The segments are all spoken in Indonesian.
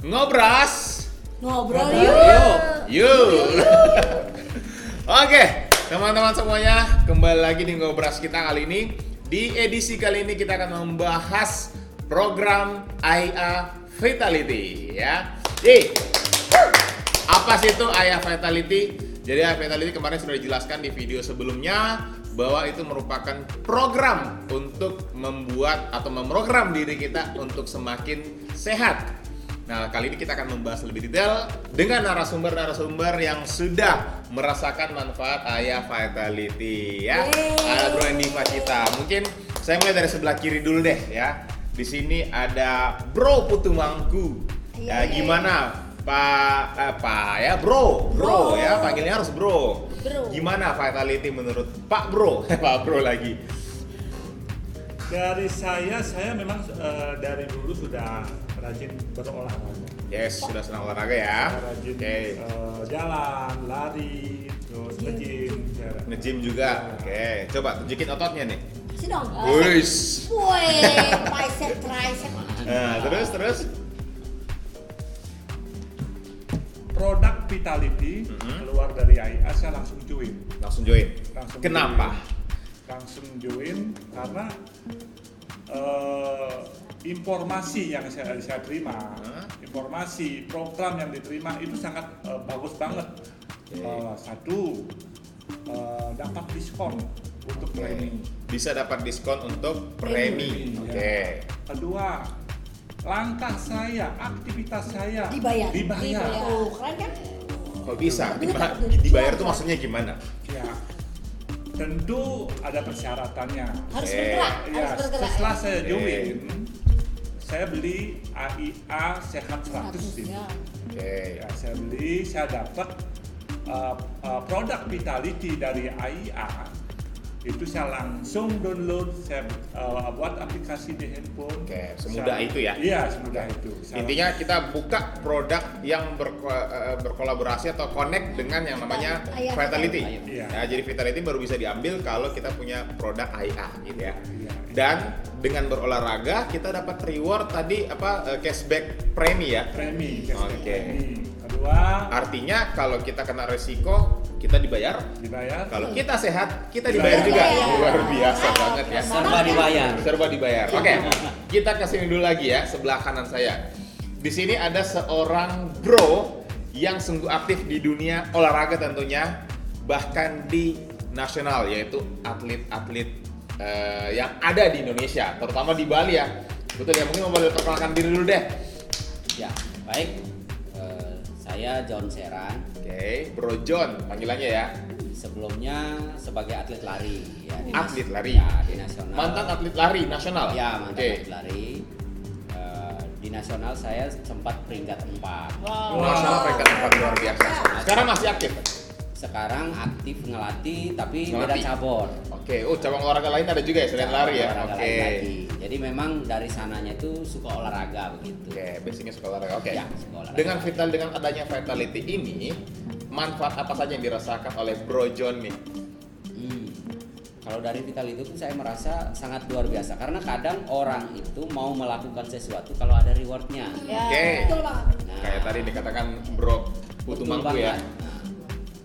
ngobras Ngobrol yuk yuk. yuk oke teman-teman semuanya kembali lagi di ngobras kita kali ini di edisi kali ini kita akan membahas program IA Vitality ya Yeay. apa sih itu AI Vitality? Jadi AI Vitality kemarin sudah dijelaskan di video sebelumnya bahwa itu merupakan program untuk membuat atau memprogram diri kita untuk semakin sehat. Nah, kali ini kita akan membahas lebih detail dengan narasumber-narasumber yang sudah merasakan manfaat Ayah Vitality ya. Yeay. Ada Bro Andy Facita. Mungkin saya mulai dari sebelah kiri dulu deh ya. Di sini ada Bro Putumangku. Ya, Yeay. gimana Nah, Pak, eh, Pak ya, bro, bro, Bro. ya, panggilnya harus bro. Bro. Gimana vitality menurut Pak Bro? Pak Bro lagi. Dari saya, saya memang eh, dari dulu sudah rajin berolahraga. Yes, sudah senang olahraga ya. Saya Rajin Oke. eh, jalan, lari, terus Iya. nge-gym. saya rajin. Nge-gym juga. Oke, coba tunjukin ototnya nih. Sini dong. Eh. Eh, Wuish. Woi, bicep tricep. Nah, terus terus. Produk Vitality Mhm. keluar dari IA, saya langsung join. Langsung join. Langsung Kenapa? join. Langsung join karena eh, informasi yang saya, saya terima, Hah? informasi program yang diterima itu sangat eh, bagus banget. Oke. Eh, satu eh, dapat diskon untuk Oke. training. Bisa dapat diskon untuk premi. Premi, Oke. ya. Kedua, langkah saya, aktivitas saya Dibayar. dibayar. Tuh, keren kan? Kok bisa? Itu Diba- kan- dibayar tuh maksudnya gimana? Ya, tentu ada persyaratannya. Harus Oke. bergerak, harus Ya, bergerak. setelah saya Oke. join, saya beli AIA Sehat 100 Harus, ini. ya. Oke. Ya, saya beli, saya dapat uh, uh, produk Vitality dari AIA. Itu saya langsung download, saya uh, buat aplikasi di handphone. Oke, semudah Saya- itu ya? Iya, semudah itu. Saya- Intinya kita buka produk yang berko- eh, berkolaborasi atau connect dengan yang namanya Ayah. Vitality. Iya. Nah, jadi Vitality baru bisa diambil kalau kita punya produk IA gitu ya. Iya. Dan dengan berolahraga kita dapat reward tadi apa eh, cashback premi ya. premi, cashback Oke. premi. Kedua, Artinya kalau kita kena resiko kita dibayar, dibayar. kalau kita sehat kita dibayar Dibayar. juga. Dibayar. Luar biasa Ah, banget ya. serba dibayar. serba dibayar. Oke, kita ke sini dulu lagi ya, sebelah kanan saya. Di sini ada seorang bro yang sungguh aktif di dunia olahraga tentunya, bahkan di nasional yaitu atlet-atlet eh, yang ada di Indonesia, terutama di Bali ya. Betul ya, mungkin mau boleh perkenalkan diri dulu deh. Ya, baik. Eh, saya John Serang. Oke, Bro John panggilannya ya. Sebelumnya sebagai atlet lari. Ya, di nas- Atlet lari. Ya, di nasional. Mantan atlet lari nasional. Ya, mantan Oke. atlet lari. Eh, di nasional saya sempat peringkat 4. Wow. Nasional peringkat tempat luar biasa. Sekarang masih aktif. Sekarang aktif ngelatih tapi beda Ngelatih. cabur. Oke, oh cabang olahraga lain ada juga ya selain lari ya. Olahraga Oke. lain lagi. Jadi memang dari sananya itu suka olahraga begitu. Oke, basicnya suka olahraga. Oke. Ya, suka olahraga. Dengan vital dengan adanya vitality ini, manfaat apa saja yang dirasakan oleh Bro John nih? Hmm. Kalau dari vital itu tuh saya merasa sangat luar biasa karena kadang orang itu mau melakukan sesuatu kalau ada rewardnya. Ya, Oke. betul banget. Nah, Kayak tadi dikatakan Bro Putu betul Mangku ya. banget. Nah,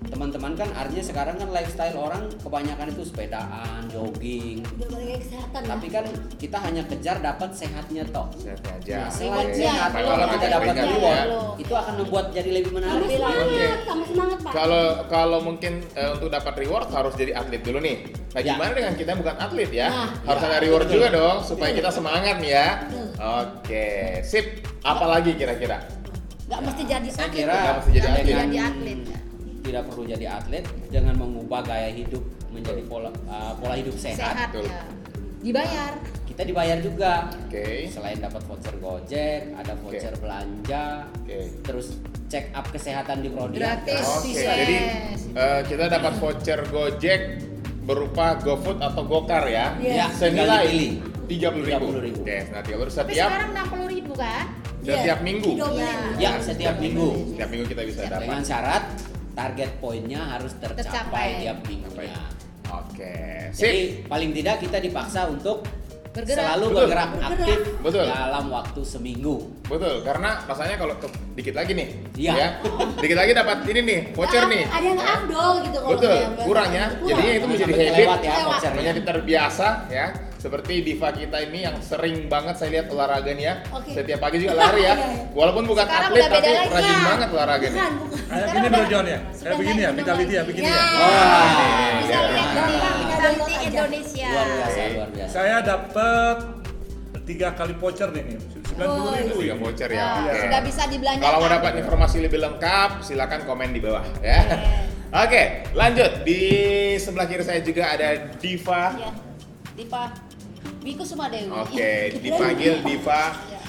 Teman-teman kan artinya sekarang kan lifestyle orang kebanyakan itu sepedaan, jogging. Udah balik lagi kesehatan ya. Tapi kan kita hanya kejar dapat sehatnya toh. Sehat Nah, aja. selain Oke. sehat, Main kalau olahraga kita dapat ringan keringat reward, ya. itu akan membuat jadi lebih menarik. Tambah semangat, tambah semangat pak. Kalau kalau mungkin eh, untuk dapat reward harus jadi atlet dulu nih. Nah Ya. gimana dengan kita yang bukan atlet ya? Nah, harus ya, ada reward betul. juga dong supaya kita semangat nih ya. Betul. Oke, sip. Apalagi kira-kira? Gak mesti jadi Saya sakit. kira Nggak mesti jadi dengan- atlet. Jadi atlet, ya. Tidak perlu jadi atlet dengan mengubah gaya hidup menjadi pola uh, pola hidup sehat. betul. ya. Dibayar. Kita dibayar juga. Oke. Selain dapat voucher Gojek, ada voucher belanja, Oke. terus check up kesehatan di Prodi. Gratis. Iya. Oke, Yes. jadi eh, kita dapat voucher Gojek berupa GoFood atau GoCar ya. Iya. Senilai Pilih. tiga puluh ribu. 30.000. Oke, nah tiga Tapi setiap sekarang 60 ribu kan? Setiap Iya, minggu. didobelin. Ya, setiap minggu. setiap minggu kita bisa Dengan dapat. syarat target poinnya harus tercapai Tercapai. tiap minggunya. Oke, sip. Jadi paling tidak kita dipaksa untuk Bergerak. selalu Betul. bergerak Bergerak. aktif Betul. dalam waktu seminggu. Betul, karena rasanya kalau ke- dikit lagi nih, Iya. ya, dikit lagi dapat ini nih, voucher Ada- nih. Ada yang Ya. afdol gitu kalau Betul, saya bilang. kurang ya. Kurang. Jadinya itu Jangan menjadi sampai habit. kelewat ya Kelewat. vouchernya. Penyakit terbiasa ya, seperti diva kita ini yang sering banget saya lihat olahraga nih ya. Oke. Setiap pagi juga lari ya. Iya, iya. Walaupun bukan Sekarang atlet udah tapi beda lagi. rajin ya. banget olahraga nih. Bukan, bukan. Kayak Sekarang gini udah- bro John ya? Kayak sebentar begini ya, lagi vitality ya, dong. begini ya? Wah, Bisa iya. lihat dari vitality Indonesia. Luar biasa, Oke. luar biasa. Saya dapat tiga kali voucher nih nih, sembilan puluh ribu Tiga ya. voucher Iya. ya. Wah, oke. Oh, Sudah bisa dibelanjakan. Kalau mau dapat informasi lebih lengkap, silakan komen di bawah ya. Oke, lanjut di sebelah kiri saya juga ada Diva Iya. Dipa Wiku Sumadewi. Oke, dipanggil Diva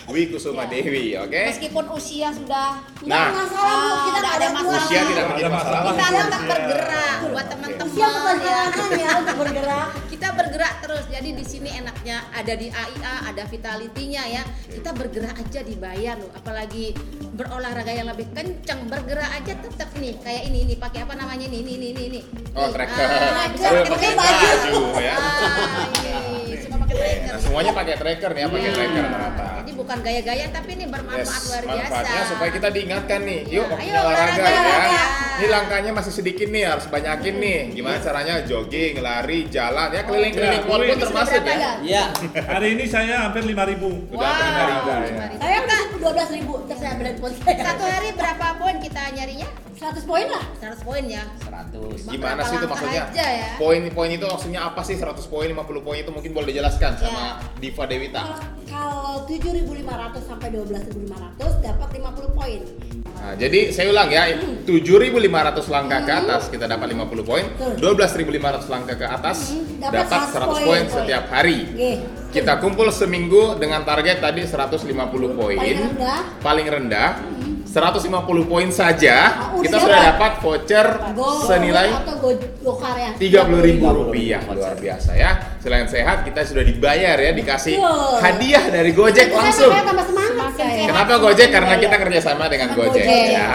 Dwi Kusuma Ya. Dewi, oke? Meskipun usia sudah Nah. Nggak masalah, Bu. kita nggak Ah, Oh, ada masalah. Usia tidak Ada menjadi masalah. masalah. kita tetap bergerak Usia Iya, buat bukan teman-teman ya. halangan ya untuk bergerak. Kita bergerak terus. Jadi di sini enaknya ada di AIA, ada vitalitinya ya. Kita bergerak aja dibayar loh. Apalagi berolahraga yang lebih kencang, bergerak aja tetap nih kayak ini ini pakai apa namanya ini ini ini ini. ini. Oh, Nih, tracker. ah, bisa Aduh, pakai pakai baju. baju, ya. Ah, iya, suka pakai tracker. Nah, semuanya pakai tracker nih, ya, pakai Iya. tracker rata-rata. Jadi bukan gaya-gaya tapi ini bermanfaat luar biasa. manfaatnya supaya kita diingatkan nih, yuk Iya, waktunya ayo olahraga olahraga. ya. Ini langkahnya masih sedikit nih, harus banyakin nih. Gimana caranya jogging, lari, jalan, ya keliling-keliling Iya, mall pun keliling. termasuk Berapa ya. ya? Iya. Hari ini saya hampir lima ribu. Udah hampir Wow, dari udah ya. lima ribu. Saya kan 12 ribu, terus saya beli pun saya. Satu hari berapa poin kita nyarinya? 100 poin lah. 100 poin ya. 100. Gimana Beberapa sih itu langkah maksudnya? aja ya. Poin-poin itu maksudnya apa sih? 100 poin, 50 poin itu mungkin boleh dijelaskan Iya. sama Diva Dewita. Kalau- Kalau 7.500 sampai 12.500 dapat 50 poin. Nah, jadi saya ulang ya, 7.500 langkah ke atas kita dapat 50 poin, Betul. 12.500 langkah ke atas Hmm, dapat dapat 100 poin setiap hari. Oke. Kita kumpul seminggu dengan target tadi 150 poin. Paling rendah. Paling rendah 150 poin saja, Oh, kita udah sudah dapat. dapat voucher Go- senilai atau go gokar ya? Rp30.000 30.000 rupiah luar biasa ya. Selain sehat kita sudah dibayar ya dikasih Betul. hadiah dari Gojek Itu saya langsung. makanya tambah semangat ya. Semakin saya. Kenapa Gojek? Karena kita kerjasama dengan Dengan Gojek. Gojek. Ya.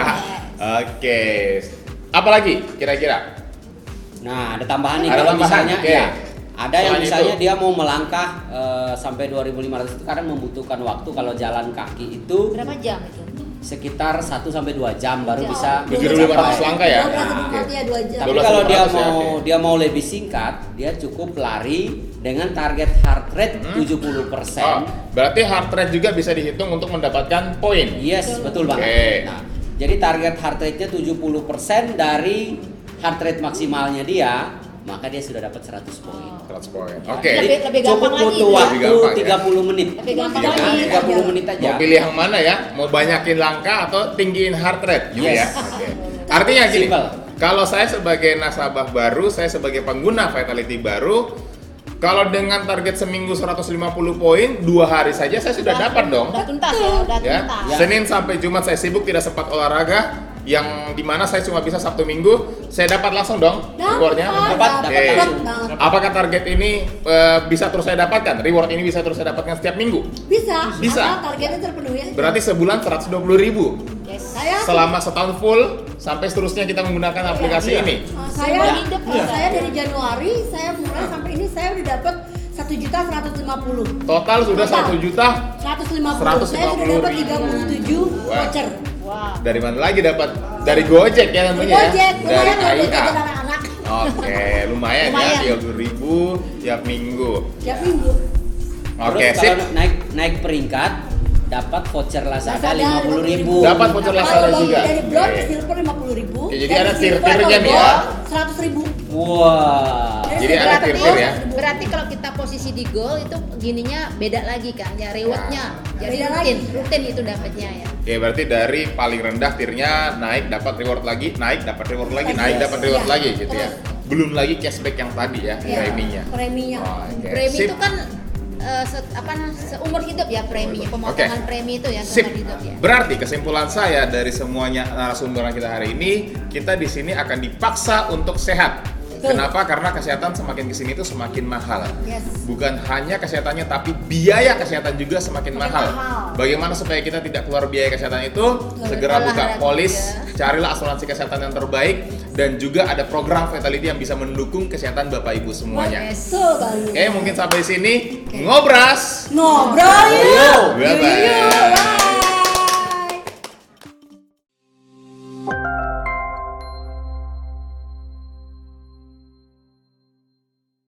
Oke. Apalagi kira-kira? Nah, ada tambahan nih Ada kalau tambahan, misalnya oke. ya. Ada yang Selain misalnya itu. dia mau melangkah eh, sampai 2500 itu kadang membutuhkan waktu kalau jalan kaki itu Berapa jam itu? sekitar 1 sampai 2 jam baru Jam. bisa 7.500 mencapai. langkah ya. 12.500 ya 2 jam. Tapi 12 kalau dia ya, mau oke. dia mau lebih singkat, dia cukup lari dengan target heart rate Hmm. Oh, 70%. berarti heart rate juga bisa dihitung untuk mendapatkan poin. Yes, betul banget. Oke. Nah, jadi target heart rate-nya 70% dari heart rate maksimalnya dia, maka dia sudah dapat 100 poin. 100 poin. Oke. Jadi Lebih- lebih cukup gampang butuh lagi. waktu Lebih gampang, ya. 30 menit. Lebih gampang Cukup lagi. 30 menit aja. Mau pilih yang mana ya? Mau banyakin langkah atau tinggiin heart rate gitu Yes. ya? Oke. Artinya gini, Simple. kalau saya sebagai nasabah baru, saya sebagai pengguna Vitality baru, kalau dengan target seminggu 150 poin, dua hari saja saya sudah dapat dong. Udah tuntas ya, udah Ya. tuntas. Ya. Senin sampai Jumat saya sibuk tidak sempat olahraga yang dimana saya cuma bisa Sabtu Minggu saya dapat langsung dong Dapat, rewardnya dapat, Oke. dapat langsung. Dapat. apakah target ini eh, bisa terus saya dapatkan reward ini bisa terus saya dapatkan setiap minggu Bisa. Bisa. Asal targetnya terpenuhi aja. berarti sebulan 120.000 Yes. Saya selama setahun full sampai seterusnya kita menggunakan aplikasi Iya. ini Uh, saya Seumur hidup, Iya. uh, ya. saya dari Januari saya mulai sampai ini saya udah dapat satu juta seratus lima puluh total sudah Total. 1 juta seratus lima puluh saya sudah dapat tiga puluh tujuh Wah. Iya. voucher Wow. dari mana lagi dapat dari Gojek ya dari tentunya ya Gojek lumayan loh dari buat KIA jajan anak-anak Oke, lumayan, Lumayan. ya, 30.000 tiap minggu. tiap minggu Oke, Terus sip. kalau naik naik peringkat dapat voucher Lazada Lazada 50.000. 50.000. Dapat voucher Lazada Kalau juga. dari bronze ke Oke. silver lima puluh ribu Oke, jadi ada tier-tiernya nih ya. seratus ribu Wah. Jadi ada Berarti- tier-tier ya. Berarti kalau kita posisi di goal itu gininya beda lagi kan ya rewardnya. Jadi Beda rutin, lagi. rutin itu dapatnya ya. Oke, berarti dari paling rendah tiernya naik dapat reward lagi, naik dapat reward lagi, Lagi. naik dapat reward Iya. lagi gitu ya. Belum lagi cashback yang tadi ya, Iya. preminya. preminya Oh, Oke, Premi sip. itu kan eh, se- apa seumur hidup ya Oke. premi, pemotongan premi itu ya Sip. seumur hidup ya. Berarti kesimpulan saya dari semuanya narasumber kita hari ini, kita di sini akan dipaksa untuk sehat. Betul. Kenapa? Karena kesehatan semakin kesini itu semakin mahal. Yes. Bukan hanya kesehatannya, tapi biaya kesehatan juga semakin Semakin mahal. mahal. Bagaimana supaya kita tidak keluar biaya kesehatan itu? Segera buka olahraga. polis, carilah asuransi kesehatan yang terbaik, dan juga ada program Vitality yang bisa mendukung kesehatan bapak ibu semuanya. Yes. Betul Eh. banget. Oke, mungkin sampai di sini ngobras. Ngobrol yuk. Bye-bye. Yuk, yuk, yuk.